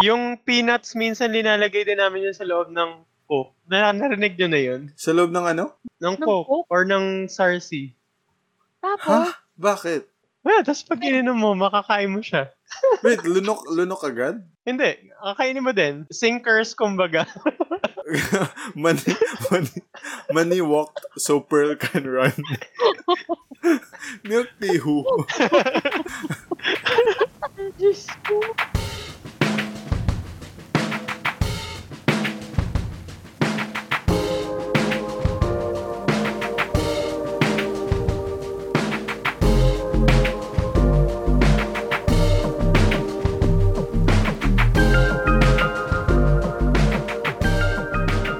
Yung peanuts, minsan linalagay din namin yun sa loob ng Coke. Na, narinig nyo na yun? Sa loob ng ano? Ng, Ng Coke, Coke? or ng Sarsi. Tapos, Ha? Bakit? Well, tapos pag ininom mo, makakain mo siya. Wait, lunok, lunok agad? Hindi, kakainin mo din. Sinkers, kumbaga. money, money, money walked so Pearl can run. Milk tea who? oh, Diyos ko.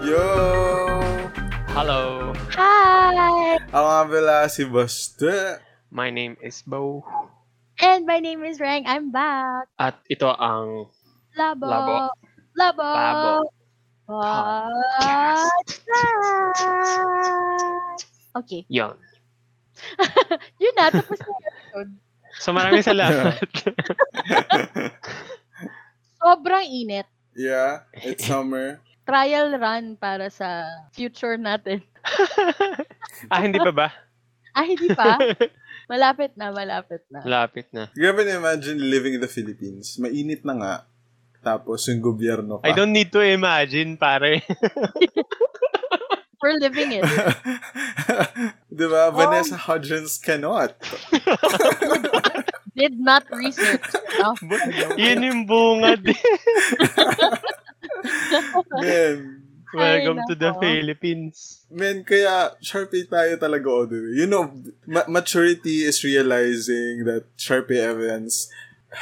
Yo! Hello, Hi! Ako nga pala si Baste. my name is Bo. And my name is Rang. I'm back. At ito ang Labo. Labo. Labo. Labo. Podcast. Okay. yon. Yun na. Tapos na yung episode. So maraming salamat. Sobrang init. Yeah, it's summer. Trial run para sa future natin. ah, hindi pa ba? Ah, hindi pa? malapit na, malapit na. Lapit na. Grabe na imagine living in the Philippines. Mainit na nga. Tapos yung gobyerno pa. I don't need to imagine, pare. We're living it. Oh. diba? Vanessa Hudgens cannot. Did not research. Oh, Yun yung bungad. Man. Welcome to the nako. Philippines. Man, kaya Sharpie tayo talaga all the way. You know, ma- maturity is realizing that Sharpie Evans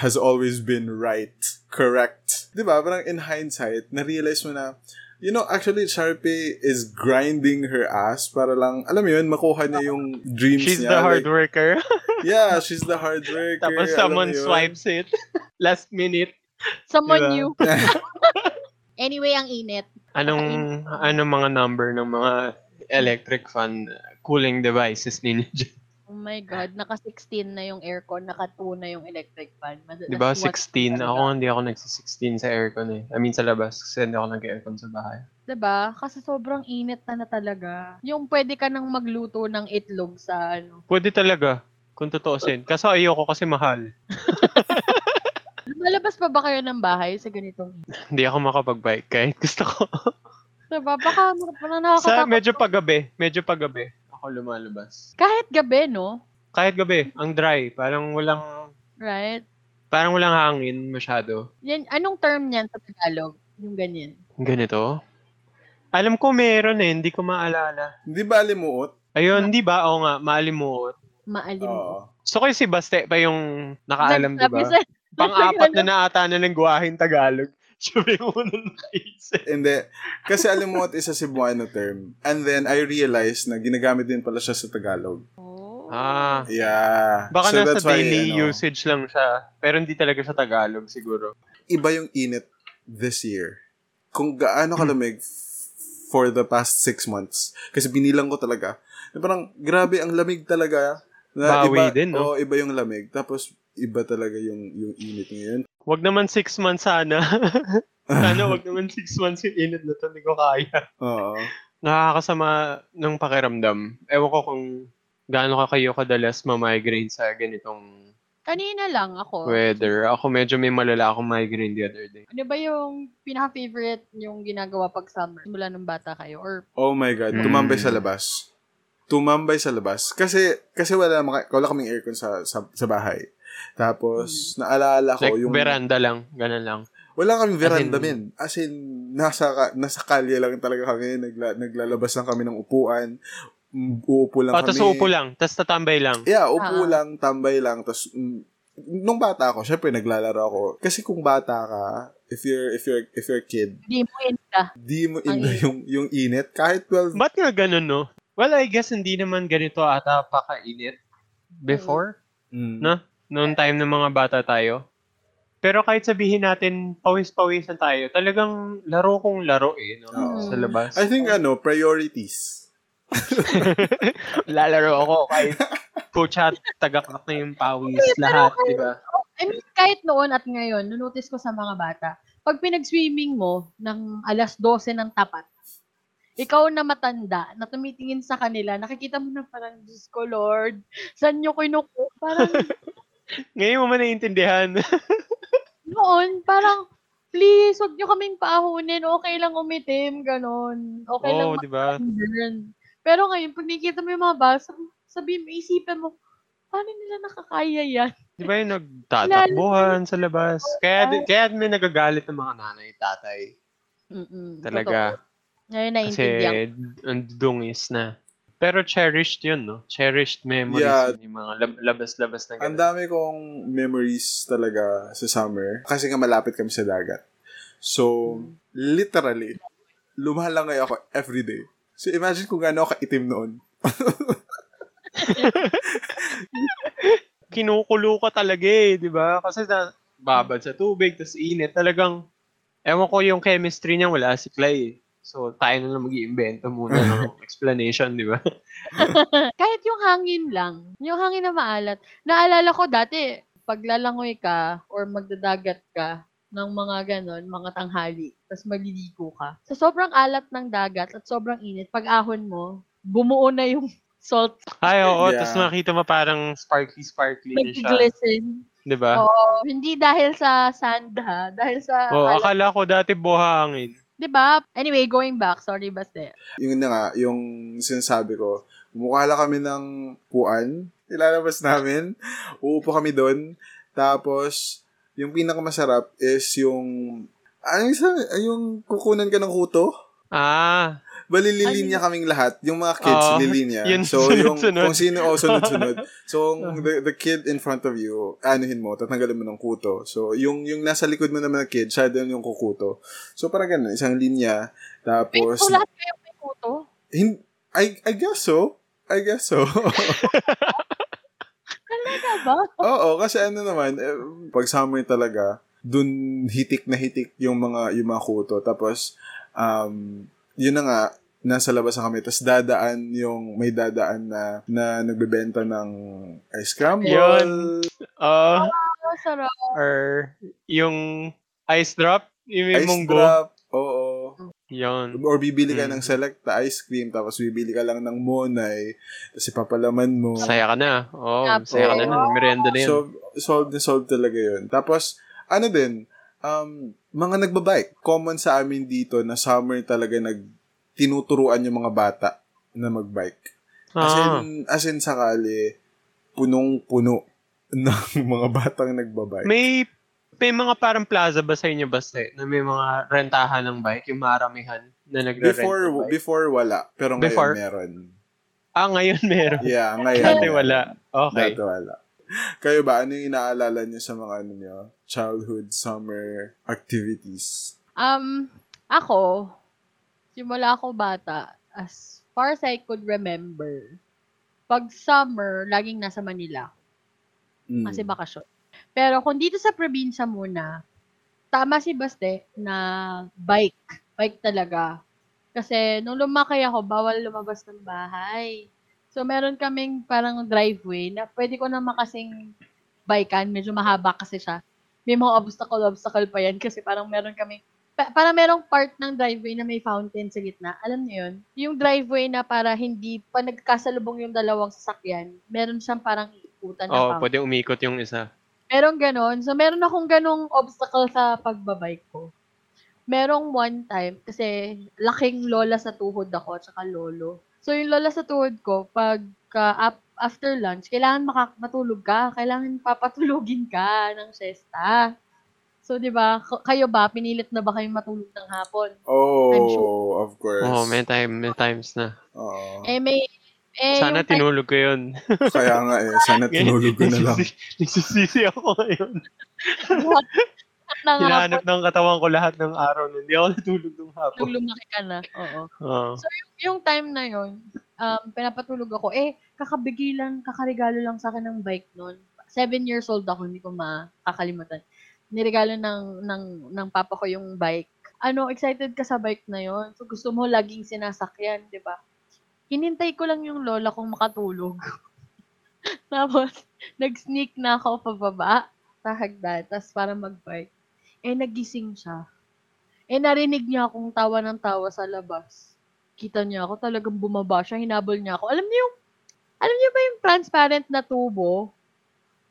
has always been right, correct. Di ba? Parang in hindsight, na-realize mo na, you know, actually, Sharpie is grinding her ass para lang, alam mo yun, makuha niya yung dreams She's niya. the hard Like, worker. yeah, she's the hard worker. Tapos alam mo someone yun. swipes it. Last minute. Diba? someone new. Anyway, ang init. Anong anong mga number ng mga electric fan cooling devices ninyo dyan? Oh my God, naka-16 na yung aircon, naka-2 na yung electric fan. Mad- Di ba? that's what- 16. talaga. Ako hindi ako nagsa-16 sa aircon eh. I mean sa labas kasi hindi ako nag-aircon sa bahay. Diba? Kasi sobrang init na na talaga. Yung pwede ka nang magluto ng itlog sa ano. Pwede talaga. Kung tutuusin. Kaso ayoko kasi mahal. Lumalabas pa ba kayo ng bahay sa ganitong init? Hindi ako makapag-bike kahit gusto ko. Diba? Baka mar- parang sa nakakatakot. medyo paggabi. Medyo paggabi. Ako lumalabas. Kahit gabi, no? Kahit gabi. Ang dry. Parang walang Right? parang walang hangin masyado. Yan, anong term niyan sa Tagalog? Yung ganyan. Ganito. Alam ko meron eh. Hindi ko maalala. Di ba alimuot? Ayun, di ba? Oo nga. Maalimuot. Maalim. Oo. So kayo si Baste pa yung nakaalam, di Nagsabi ba? sa- Pang-apat na naata na lingwaheng Tagalog. Sabi mo na naisip. Hindi. Kasi alimuot is a Cebuano term. And then, I realized na ginagamit din pala siya sa Tagalog. Oh. Ah. Yeah. Baka So nasa that's why, daily ano, usage lang siya. Pero hindi talaga siya Tagalog siguro. Iba yung init this year. Kung gaano kalamig f- for the past six months. Kasi binilang ko talaga. Na Parang, grabe, ang lamig talaga. Na Bawi iba, din, no? oo, iba yung lamig. Tapos, iba talaga yung, yung init ngayon. Wag naman six months sana. sana wag naman six months yung init na to. Hindi ko kaya. Oo. Nakakasama ng pakiramdam. Ewan ko kung gaano ka kayo kadalas mamigraine sa ganitong Kanina lang ako. weather. Ako medyo may malala akong migraine the other day. Ano ba yung pinaka-favorite yung ginagawa pag summer? Simula nung bata kayo? Or Oh my God. Mm. Tumambay sa labas. Tumambay sa labas. Kasi, kasi wala, maka- wala kaming aircon sa, sa, sa bahay. Tapos, naalaala Hmm. ko Like, yung... veranda lang. Ganun lang. Wala kaming As veranda in- min. As in, nasa, ka- nasa kalye lang talaga kami. Nagla, naglalabas lang kami ng upuan. Mm, Uupo lang Oh, kami. tapos uupo lang. Tapos tatambay lang. Yeah, upo Ah. lang, tambay lang. Tapos, mm, nung bata ako, syempre naglalaro ako. Kasi kung bata ka, if you're, if you're, if you're a kid, hindi mo inta. di mo Ang ina init. yung, yung init. Kahit 12, Ba't nga ganun, no? Well, I guess hindi naman ganito ata pakainit before, mm, na? Noong time ng mga bata tayo. Pero kahit sabihin natin, pawis-pawisan tayo, talagang laro kong laro eh, no? Oo. Sa labas. I think, ano, priorities. Lalaro ako kahit pucha, tagakak na yung pawis, lahat, di ba? Oh, I mean, kahit noon at ngayon, nunotice ko sa mga bata, pag pinag-swimming mo ng alas 12 ng tapat, ikaw na matanda, na tumitingin sa kanila, nakikita mo na parang, Diyos ko, Lord, saan nyo kinuku? Parang Ngayon mo man naiintindihan. noon, parang, please, huwag nyo kaming paahunin, okay lang umitim, ganon. Okay lang Oo, di ba? Ganun. Pero ngayon, pag nakikita mo yung mga bus, sabi mo, isipin mo, paano nila nakakaya yan? Di ba yung nagtatakbuhan sa labas? Kaya, di- kaya may nagagalit ng mga nanay, tatay. Talaga. Totoo. Ngayon, Kasi naiintindihan. ko. ang dungis na. Pero cherished yun, no? Cherished memories Yeah. yun, yung mga lab- labas-labas na ganun. Ang dami kong memories talaga sa summer. Kasi nga malapit kami sa dagat. So, literally, lumalangay ako everyday. So, imagine kung gaano ako kaitim noon. Kinukulo ka talaga eh, di ba? Kasi na, babad sa tubig, tas init. Talagang, ewan ko yung chemistry niya, wala si Clay. eh. So, tayo na lang mag iimbento muna ng explanation, di ba? Kahit yung hangin lang, yung hangin na maalat. Naalala ko dati, paglalangoy ka or magdadagat ka ng mga ganon, mga tanghali, tapos maliligo ka. Sa sobrang alat ng dagat at sobrang init, pag ahon mo, bumuo na yung salt, Ay, oo. Yeah. Tapos makita mo parang sparkly-sparkly na siya. nag-glisten. Di ba? Oo, hindi dahil sa sand ha, dahil sa Oo, alat. akala ko dati buhangin. 'Di ba? Anyway, going back, sorry Baste. Yung na nga, yung sinasabi ko, mukha lang kami ng puan. Ilalabas namin. Uupo kami doon. Tapos, yung pinakamasarap is yung... Ano yung, sa- yung kukunan ka ng kuto? Ah, Balililinya kaming lahat. Yung mga kids, Oo, lilinya. yun, so, yung sunod-sunod. kung sino, oh, sunod-sunod. so, kung the, the kid in front of you, anuhin mo, tatanggalin mo ng kuto. So, yung, yung nasa likod mo naman ng kid, siya din yung kukuto. So, parang ganun, isang linya. Wait, Tapos, so lahat kayo may kuto? hin- I, I guess so. I guess so. Ano ba? Oo, kasi ano naman, eh, pag summer talaga, dun hitik na hitik yung mga, yung mga kuto. Tapos, um, yun na nga, nasa labas na kami. Tapos dadaan yung, may dadaan na, na nagbebenta ng ice crumble. Yun. ah, Oh, sarap. or yung ice drop, yung may Ice munggo. drop. Oo. Yun. Or bibili ka Mm. ng selecta ice cream, tapos bibili ka lang ng monay, tapos ipapalaman mo. Saya ka na. Oo, Tapos- saya ka na. nun. Merienda na Ano yun. So, solved na solved talaga yun. Tapos, ano din, um, mga nagbabike. Common sa amin dito na summer talaga nag tinuturuan yung mga bata na magbike. As ah, in, as in sakali, punong-puno ng mga batang nagbabike. may may mga parang plaza ba sa inyo basta eh, na may mga rentahan ng bike, yung maramihan na nagre-rent Before, ng bike? before wala. Pero ngayon Before? meron. ah, ngayon meron. Yeah, ngayon. Dati meron. wala. Okay. Dati wala. Kayo ba, ano yung inaalala niyo sa mga ano niyo? Childhood summer activities? Um, ako, simula ako bata, as far as I could remember, pag summer, laging nasa Manila Mm. kasi bakasyon. Pero kung dito sa probinsya muna, tama si Baste na bike. Bike talaga. Kasi nung lumaki ako, bawal lumabas ng bahay. So meron kaming parang driveway na pwede ko na makasing bikean. Medyo mahaba kasi siya. May mga obstacle-obstacle pa yan kasi parang meron kami pa- parang merong part ng driveway na may fountain sa gitna. Alam niyo yun? Yung driveway na para hindi pa nagkasalubong yung dalawang sasakyan, meron siyang parang ikutan na Oo, fountain. pwede umikot yung isa. Merong ganon. So, meron akong ganong obstacle sa pagbabike ko. Merong one time, kasi laking lola sa tuhod ako, tsaka lolo. So, yung lola sa tuhod ko, pag after lunch, kailangan maka- matulog ka. Kailangan papatulogin ka ng siesta. So, di ba, k- kayo ba, pinilit na ba kayong matulog ng hapon? Oh, I'm sure. of course. Oo, may, time, may times na. Oo. Eh, may... Eh, Oh. Sana yung time- tinulog ko yun. Kaya nga eh, sana tinulog ko na lang. Nagsisi- Nagsisisi ako ngayon. ng hapon, Hinahanap ng katawan ko lahat ng araw na hindi ako natulog nung hapon. nung lumaki ka na. Oo. Oo. yung time na yun, um, pinapatulog ako, eh, kakabigay lang, kakarigalo lang sa akin ng bike noon. Seven years old ako, hindi ko makakalimutan. Nirigalo ng, ng, ng papa ko yung bike. Ano, excited ka sa bike na yon So, gusto mo laging sinasakyan, di ba? Hinintay ko lang yung lola kong makatulog. Tapos, nag-sneak na ako pababa. sa hagdan, tapos para mag-bike. Eh, nagising siya. Eh, narinig niya akong tawa ng tawa sa labas. Kita niya ako, talagang bumaba siya, hinabol niya ako. Alam niyo yung, alam niyo ba yung transparent na tubo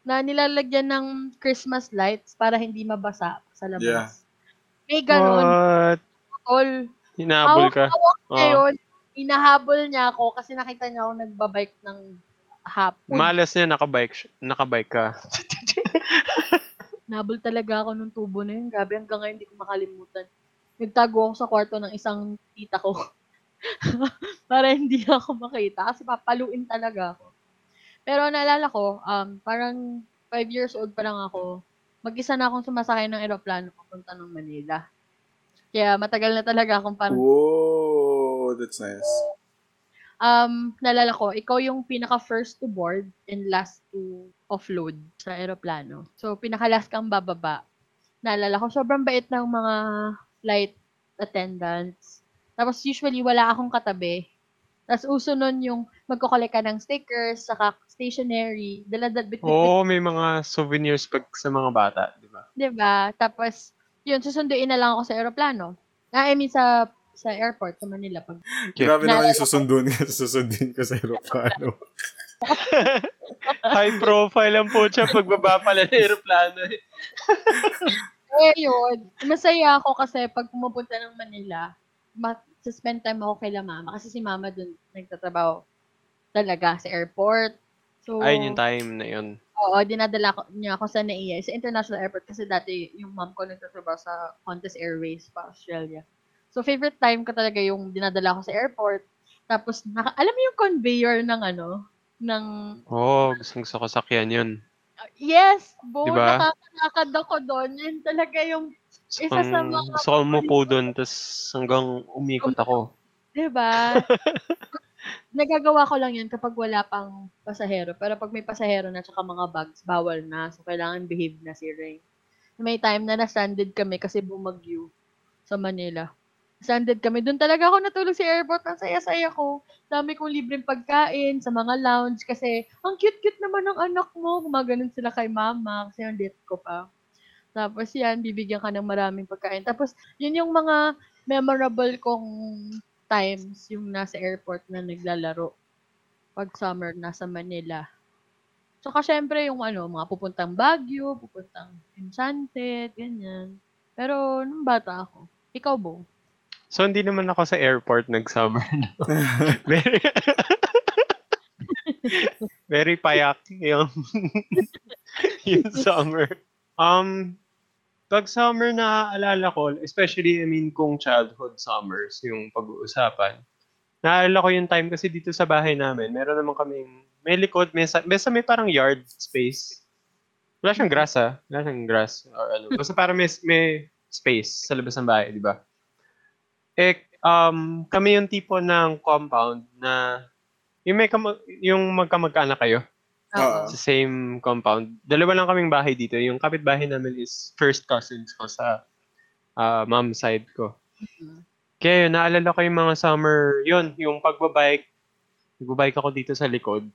na nilalagyan ng Christmas lights para hindi mabasa sa labas? Yeah. May ganon, What? all. Hinabol ka. Hawak-hawak niya Oo. yun. Inahabol niya ako kasi nakita niya ako nagbabike ng hapon. Malas niya, nakabike, siya- nakabike ka. Nabol talaga ako nung tubo na yun. Grabe, hanggang ngayon hindi ko makalimutan. Nagtago ako sa kwarto ng isang tita ko. para hindi ako makita. Kasi papaluin talaga ako. Pero naalala ko, um, parang five years old pa lang ako. Mag-isa na akong sumasakay ng eroplano papunta ng Manila. Kaya matagal na talaga akong parang Whoa, that's nice. um, nalala ko, ikaw yung pinaka first to board and last to offload sa aeroplano. So, pinaka last kang bababa. Nalala ko, sobrang bait ng mga flight attendants. Tapos usually, wala akong katabi. Tapos uso nun yung magkukulik ka ng stickers, saka stationery, daladad bit Oo, may mga souvenirs pag sa mga bata, di ba? Di ba? Tapos, yun, susunduin na lang ako sa aeroplano. Ah, I mean, sa, sa airport, sa Manila. Pag Okay. Grabe naman Naalala yung susundin ka, susundin ka sa aeroplano. High profile ang po siya pagbaba pala ng aeroplano. eh. Eh, yun. Masaya ako kasi pag pumupunta ng Manila, ma- spend time ako kay la mama kasi si mama dun nagtatrabaho talaga sa airport. So, Ayun yung time na yun. Oo, dinadala ko, niya ako sa NAIA, sa international airport kasi dati yung mom ko nagtatrabaho sa Qantas Airways pa Australia. So, favorite time ko talaga yung dinadala ko sa airport. Tapos, naka, alam mo yung conveyor ng ano? ng ah, Oo, gustong gusto ko sakyan yun. Yes! Bo, Diba? nakakalakad ako doon. Yun talaga yung Gusto Isa sa kong- mga gusto ko umupo doon, tapos hanggang umikot ako. Diba? Nagagawa ko lang yun kapag wala pang pasahero. Pero pag may pasahero na tsaka mga bags, bawal na. So, kailangan behave na si Ring. May time na na-stranded kami kasi bumagyo sa Manila. Stranded kami. Doon talaga ako natulog sa airport. Ang saya-saya ko. Dami kong libreng pagkain sa mga lounge kasi ang cute-cute naman ng anak mo. Gumaganon sila kay mama kasi ang lit ko pa. Tapos yan, bibigyan ka ng maraming pagkain. Tapos, yun yung mga memorable kong times yung nasa airport na naglalaro pag summer nasa Manila. Tsaka syempre yung ano, mga pupuntang Baguio, pupuntang Enchanted, ganyan. Pero nung bata ako, ikaw Bo? So, hindi naman ako sa airport nag-summer. No? Very, very payak yung, yung summer. Um, pag summer na alala ko, especially, I mean, kung childhood summers, yung pag-uusapan, naalala ko yung time kasi dito sa bahay namin, meron naman kaming, may likod, may, sa- may, sa- may parang yard space. Wala siyang grass, ah. Wala siyang grass. Or ano. Basta parang may, may space sa labas ng bahay, di ba? eh, um, kami yung tipo ng compound na yung, may kama- yung magkamag-anak kayo Oo. sa same compound. Dalawa lang kaming bahay dito. Yung kapitbahay namin is first cousins ko sa ah, mom side ko. Mhm. Kaya yun, naalala ko yung mga summer, yun, yung pagbabike. Nagbabike ako dito sa likod.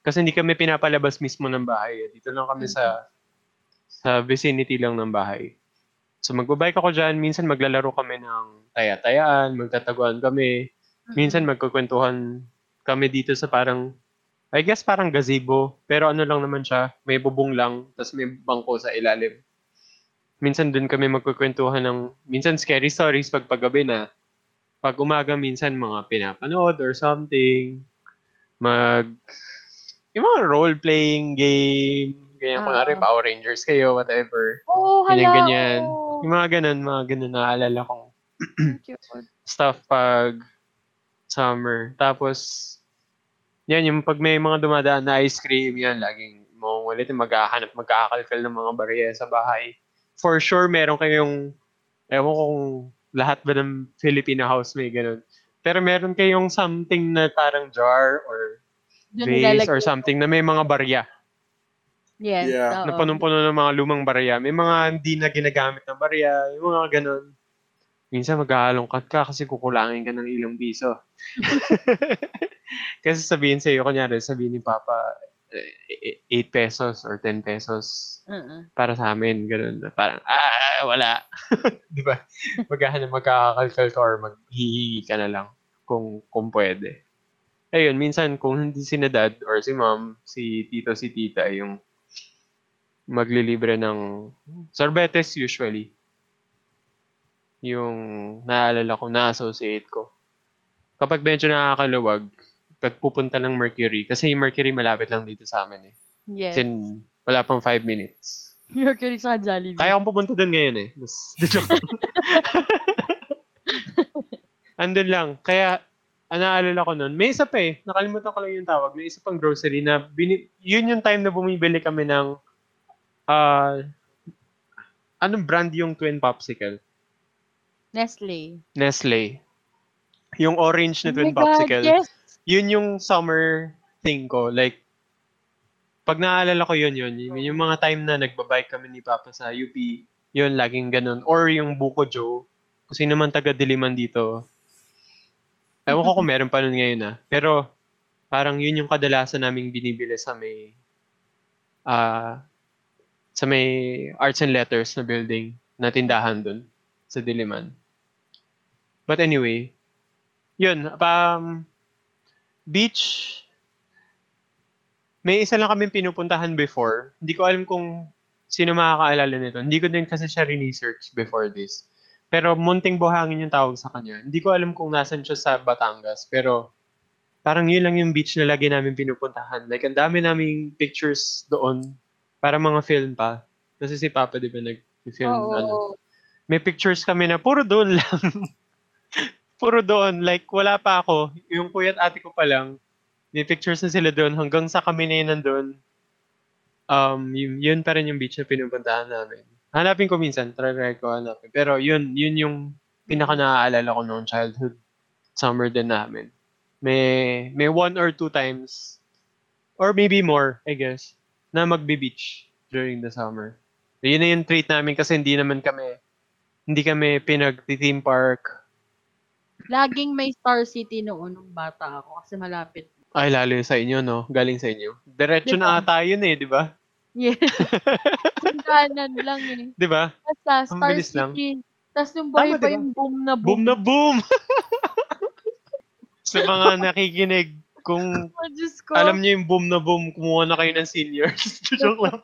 Kasi hindi kami pinapalabas mismo ng bahay. Dito lang kami sa sa vicinity lang ng bahay. So magbabike ako dyan, minsan maglalaro kami ng taya-tayaan, magtataguan kami. Minsan magkukwentuhan kami dito sa parang, I guess parang gazebo. Pero ano lang naman siya, may bubong lang, tapos may bangko sa ilalim. Minsan dun kami magkukwentuhan ng, minsan scary stories pag paggabi na. Pag umaga minsan mga pinapanood or something. Mag, yung mga role-playing game, ganyan, Ah. kunwari Power Rangers kayo, whatever. Oo, Oh, hala. oh, Ganyan, ganyan. oo. Yung mga ganun, mga ganun naaalala kong Ang cute. stuff pag summer. Tapos, yan, yung pag may mga dumadaan na ice cream, yan, laging maungulit, maghahanap, magkakalkal ng mga barya sa bahay. For sure, meron kayong, ewan ko kung lahat ba ng Filipino house may ganun. Pero meron kayong something na parang jar or Doon vase nilalagay- or something na may mga barya. Yes, Yeah. oo. Na punong-puno ng mga lumang barya. May mga hindi na ginagamit na barya. Yung mga ganun. Minsan maghahalongkat ka kasi kukulangin ka ng ilang piso. kasi sabihin sa'yo, kunyari, sabihin ni Papa, eh, 8 pesos or 10 pesos Uh-uh. para sa amin, ganun. Parang, ah, wala. di ba? Magkahan magkakakalkal ka or maghihingi ka na lang kung, kung pwede. Ayun, minsan kung hindi si na dad or si mom, si tito, si tita, yung maglilibre ng sorbetes usually. Yung naalala ko, na-associate ko. Kapag medyo nakakaluwag, pagpupunta ng Mercury, kasi yung Mercury malapit lang dito sa amin eh. Yes. Sin, wala pang five minutes. Mercury sa Jollibee. Kaya akong pupunta doon ngayon eh. Mas, joke lang. Andun lang. Kaya, ang naalala ko noon, may isa pa eh. Nakalimutan ko lang yung tawag. May isa pang grocery na, bini- yun yung time na bumibili kami ng, ah, anong brand yung Twin Popsicle? Nestle. Nestle. Yung orange na Oh Twin my God, Popsicle yes. yun yung summer thing ko. Like, pag naalala ko yun, yun. yun Yung mga time na nagbabike kami ni Papa sa UP, yun, laging ganun. Or yung Buko Joe. Kung sino man taga Diliman dito. Ewan ko kung meron pa nun ngayon ah. Pero, parang yun yung kadalasan naming binibili sa may, ah, sa may arts and letters na building na tindahan dun sa Diliman. But anyway, yun, um, beach, may isa lang kami pinupuntahan before. Hindi ko alam kung sino makakaalala nito. Hindi ko din kasi siya research before this. Pero munting buhangin yung tawag sa kanya. Hindi ko alam kung nasan siya sa Batangas. Pero parang yun lang yung beach na lagi namin pinupuntahan. Like, ang dami naming pictures doon. Para mga film pa. Kasi si Papa, di ba, nag-film. Oo. ano, may pictures kami na puro doon lang. puro doon. Like, wala pa ako. Yung kuya at ate ko pa lang, may pictures na sila doon hanggang sa kami na yun nandun. Um, yun, yun pa rin yung beach na pinupuntahan namin. Hanapin ko minsan. Try, try ko hanapin. Pero yun, yun yung pinaka naaalala ko noong childhood. Summer din namin. May, may one or two times, or maybe more, I guess, na magbe-beach during the summer. Yun na yung treat namin kasi hindi naman kami hindi kami pinag-theme park. Laging may Star City noon nung bata ako kasi malapit. Ay, lalo yun sa inyo, no? Galing sa inyo. Diretso Di na ba? ata yun eh, di ba? Yes. Sundanan lang eh. Di ba? Basta Ang Star bilis lang. City. Tapos nung Tama, buhay pa diba? yung boom na boom. Boom na boom! sa mga nakikinig, kung Oh, Diyos ko. alam niyo yung boom na boom, kumuha na kayo ng seniors. Joke lang.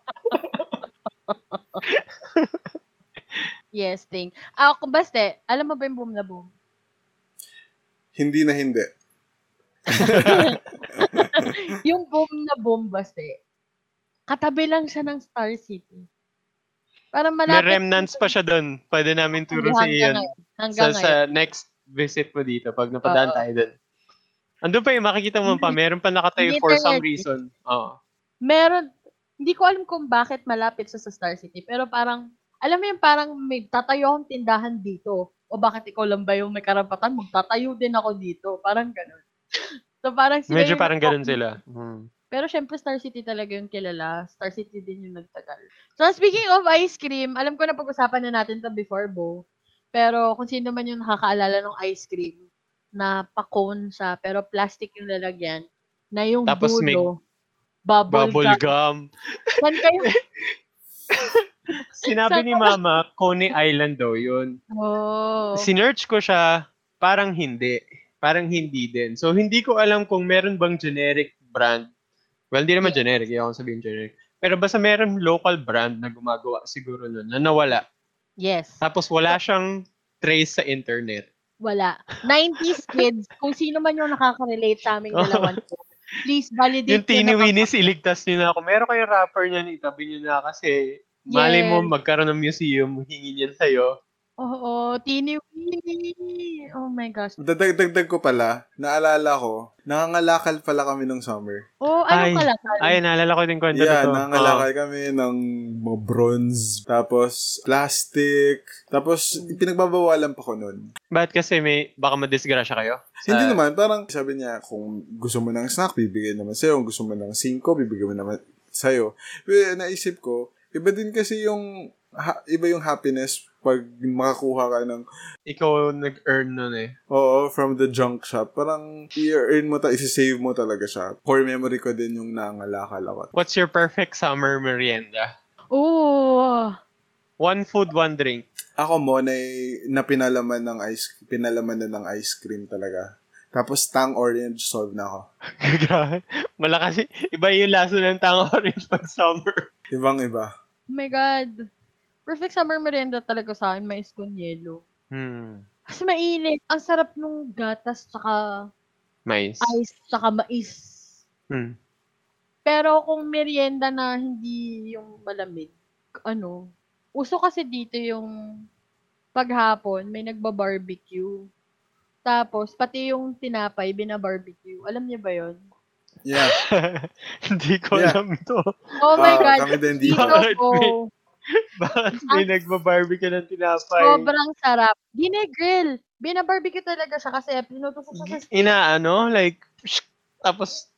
Yes, thing. Ako, basta, alam mo ba yung boom na boom? Hindi na hindi. Mm. yung boom na boom, basta, katabi lang siya ng Star City. Parang May malapit. remnants pa siya doon. Pwede namin turo sa Hanggang iyan. ngayon. Hanggang Sa, ngayon. sa next visit mo dito, pag napadaan Oo. tayo doon. Andun pa yung makikita mo pa, meron pa nakatayo for some Internet. reason. Oo. Meron, hindi ko alam kung bakit malapit siya sa Star City, pero parang, alam mo yung parang may tatayo akong tindahan dito. O bakit ikaw lang ba yung may karapatan? Magtatayo din ako dito. Parang ganun. so parang sila Medyo yung parang ganun nag- sila. Hmm. Pero syempre, Star City talaga yung kilala. Star City din yung nagtagal. So, speaking of ice cream, alam ko na pag-usapan na natin to before, Bo. Pero kung sino man yung nakakaalala ng ice cream na pa-cone siya, pero plastic yung lalagyan, na yung Tapos may dulo, bubble, Bubble gum. gum. Saan kayo? Sinabi ni Mama, Coney Island daw yun. Oh. Sinearch ko siya, parang hindi. Parang hindi din. So, hindi ko alam kung meron bang generic brand. Well, hindi naman generic. Hindi ako sabihin generic. Pero basta meron local brand na gumagawa siguro nun na nawala. yes. Tapos wala siyang trace sa internet. Wala. 90s kids, kung sino man yung nakaka-relate sa aming dalawan po, please Oh. validate Yung yun na- tiniwinis, iligtas niyo na ako. Meron kayong rapper niyan, itabi niyo na kasi malay mo Yes. magkaroon ng museum, hingin yan sa'yo. Oo, tiniwini. Oh my gosh. Dadagdagdag ko pala, naalala ko, nangangalakal pala kami nung summer. Oh, Ay, ano ka lang? Ay, naalala ko din kwento yeah, na to. Oh. nangangalakal kami ng mga bronze, tapos plastic, tapos pinagbabawalan pa ko nun. Ba't kasi may, baka madisgrasya kayo? Ah. Sa- Hindi naman, parang sabi niya, kung gusto mo ng snack, bibigyan naman sa'yo. Kung gusto mo ng 5, bibigyan mo naman sa'yo. Pero naisip ko, iba din kasi yung ha- iba yung happiness pag makakuha ka ng, Ikaw nag-earn nun eh. oo, from the junk shop. Parang, i-earn mo, ta- isi-save mo talaga siya. Core memory ko din yung nangalakal ako. What's your perfect summer merienda? Oh, Oo. One food, one drink. Ako mo, na, na pinalaman ng ice, pinalaman na ng ice cream talaga. Tapos, tang orange solve na ako. Grabe. Malakas. y- Iba yung laso ng tango rin pag summer. Ibang iba. Oh my God. Perfect summer merienda talaga sa akin, mais con yelo. Hmm. Kasi mainit. Ang sarap nung gatas, tsaka Nice. ice, tsaka mais. Hmm. Pero kung merienda na hindi yung malamig, ano, uso kasi dito yung paghapon, may nagba-barbecue. Tapos, pati yung tinapay, binabarbecue. Alam niyo ba yon? Yeah. Hindi ko Yeah. alam to. Oh my Ah, God, Kami din dito dito. Bakit ko. may- Bakit may nagbabarbecue ng tinapay? Sobrang sarap. Ginegrill. Binabarbecue talaga siya kasi pinutusok siya sa... Ina, ano? Like, shk, tapos,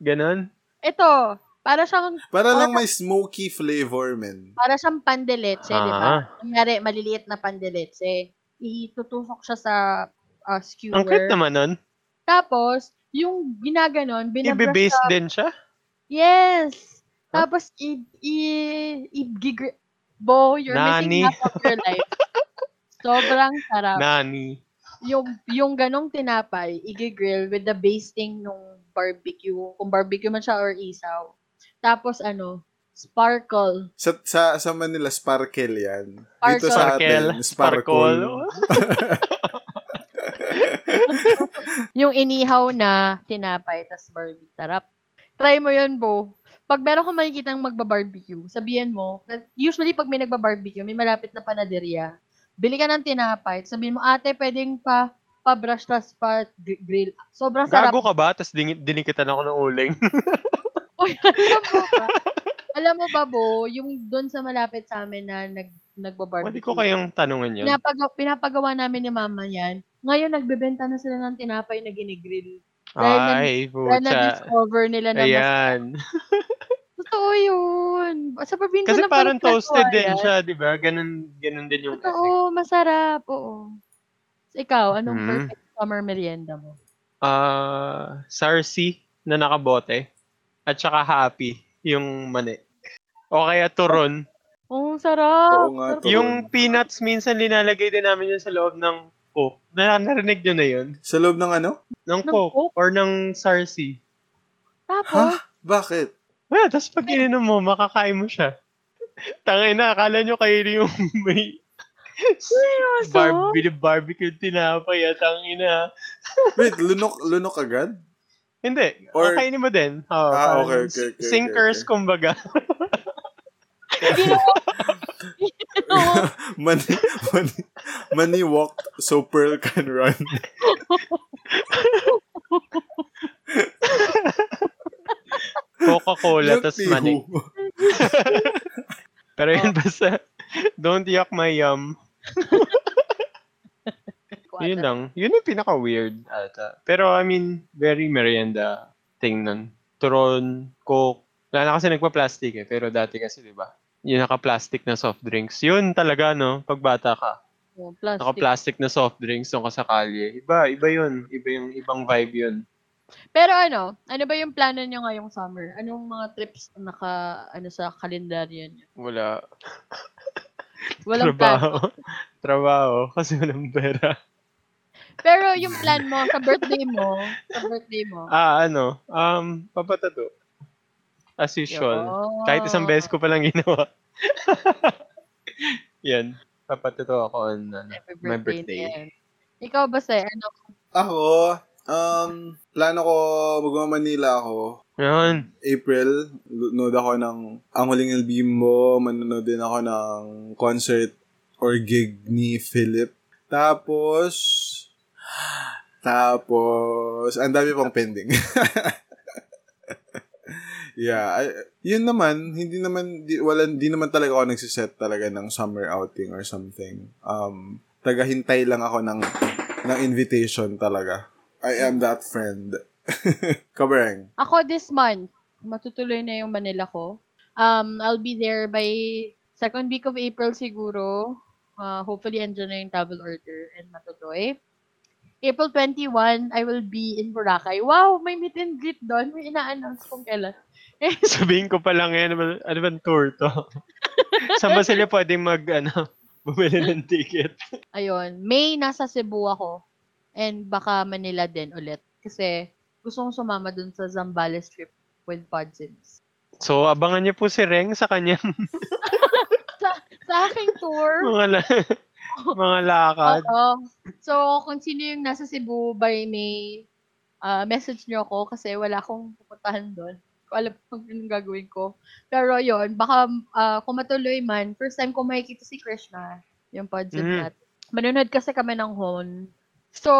ganon. Ito, para siyang, Para lang may smoky flavor, man. para siyang pandeletse, di ba? Ah. Kunyari, maliliit na pandeletse. Itutusok siya sa ah, skewer. Ang cute naman nun. Tapos, yung ginaganon, binabrush Ibe-base siya. din siya. Yes! Huh? Tapos, i... i... i Bo, you're Nani. missing half of your life. Sobrang sarap. Nani. yung yung ganong tinapay, i-grill with the basting nung barbecue, kung barbecue man siya or isaw. Tapos ano, sparkle. Sa, sa, sa Manila, sparkle yan. Dito sa Sparkle. Sparkle. atin, Sparkle. sparkle. Yung inihaw na tinapay, tas barbecue. Tarap. Try mo yun, Bo. Pag meron kang makikita ng magbabarbecue, sabihin mo, na- usually pag may nagbabarbecue, may malapit na panaderia, bili ka ng tinapay, sabihin mo, ate, pwedeng pa pa-brush tas pa gr- grill. Sobrang sarap. Gago ka ba? Tapos ding- dinikitan ako ng uling. Uy, alam mo ba? alam mo ba, Bo, yung doon sa malapit sa amin na nag, Pwede nagbabarbecue. ko kayong tanungan yun. pinapagawa, pinapagawa namin ni Mama yan. Ngayon, nagbebenta na sila ng tinapay na ginigrill. dahil na- Ay, Kaya pucha. na-discover nila na mas... Ayan. Totoo yun. Sa probinsya Kasi lang pala parang toasted ginagawa din yan. siya, di ba? Ganun, ganun din yung eh. Totoo, masarap. Oo. So, ikaw, anong Hmm. perfect summer merienda mo? Ah, Sarsi na nakabote. At saka happy, yung mani. O kaya turon. Oo, Oh, sarap. Oo nga, Sarap. Turon. Yung peanuts, minsan linalagay din namin yun sa loob ng coke. Na narinig nyo na yun? Sa loob ng ano? Ng, Ng coke, Coke? or ng sarsi. Ha? Tapos, Bakit? Well, tapos pag ininom mo, makakain mo siya. Tangay na, akala nyo kayo yung may seryoso? barbie, barbecue tinapay at ang ina. Wait, lunok, lunok agad? Hindi, Or- kakainin mo din. Oo, Ah, parang okay, okay, okay, Sinkers, okay, okay. kumbaga. Oo. Money, money, money walked so Pearl can run. Coca-Cola, Yung tapos pihu. manik. Pero yun basta, don't yuck my yum. Yun lang. Yun yung pinaka-weird ata. Pero I mean, very merienda thing nun. Turon, coke. Wala na kasi nagpa-plastic eh. Pero dati kasi, di ba? Yung naka-plastic na soft drinks. Yun talaga, no? Pag bata ka. Oo, plastic. Naka-plastic na soft drinks yung kasakali. Iba, iba yun. Iba yung ibang vibe yun. Pero ano, ano ba yung plano nyo ngayong summer? Anong mga trips na naka, ano sa kalendaryo nyo? Wala. Walang plan. Trabaho. Trabaho. Kasi walang pera. Pero yung plan mo, sa birthday mo, sa birthday mo. Ah, ano? Um, papatato. As usual. yun. Kahit isang beses ko palang ginawa. Yan. Papatuto ako on ano, Every my birthday. birthday. na yan. Ikaw ba, Sir? Ano? Ako, um, plano ko, magmamanila ako. Yun. April, nanood ako ng Ang Huling El Bimbo, manonood din ako ng concert or gig ni Philip. Tapos, tapos, ang dami pang pending. yeah, I- yun naman, hindi naman, di, wala, di naman talaga ako nagsiset talaga ng summer outing or something. Um, tagahintay lang ako ng, ng invitation talaga. I am that friend. Kabareng. Ako this month, matutuloy na yung Manila ko. Um, I'll be there by Second week of April siguro. Uh, hopefully, andyan na yung travel order and matuloy. April 21, I will be in Boracay. Wow, may meet and greet doon. May ina-announce kung kailan. Sabihin ko pa lang yan, ano ba- ano bang tour to? Saan ba sila pwedeng mag, ano, bumili ng ticket? Ayun. May nasa Cebu ako. And baka Manila din ulit. Kasi gusto kong sumama dun sa Zambales trip with Podsims. So, abangan niyo po si Reng sa kanyang Sa aking tour, mga, la- mga lakad. oo. So, kung sino yung nasa Cebu by May, ah, message nyo ako kasi wala akong pupuntahan doon. Ko alam kung anong gagawin ko. Pero yon baka ah, kung matuloy man, first time ko makikita si Krishna, yung Podsim Mm. natin. Manunod kasi kami ng hon. So,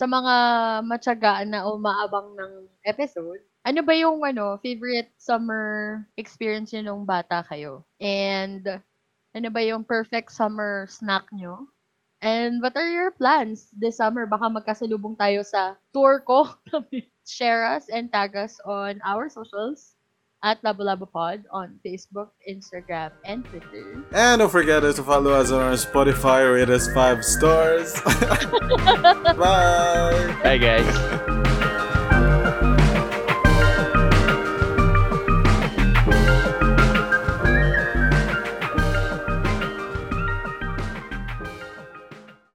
sa mga matyaga na umaabang ng episode, ano ba yung ano, favorite summer experience nyo nung bata kayo? And ano ba yung perfect summer snack nyo? And what are your plans this summer? Baka magkasalubong tayo sa tour ko. Share us and tag us on our socials at Labo Labo Pod on Facebook, Instagram, and Twitter. And don't forget us to follow us on our Spotify, rate us five stars. Bye. Bye, guys.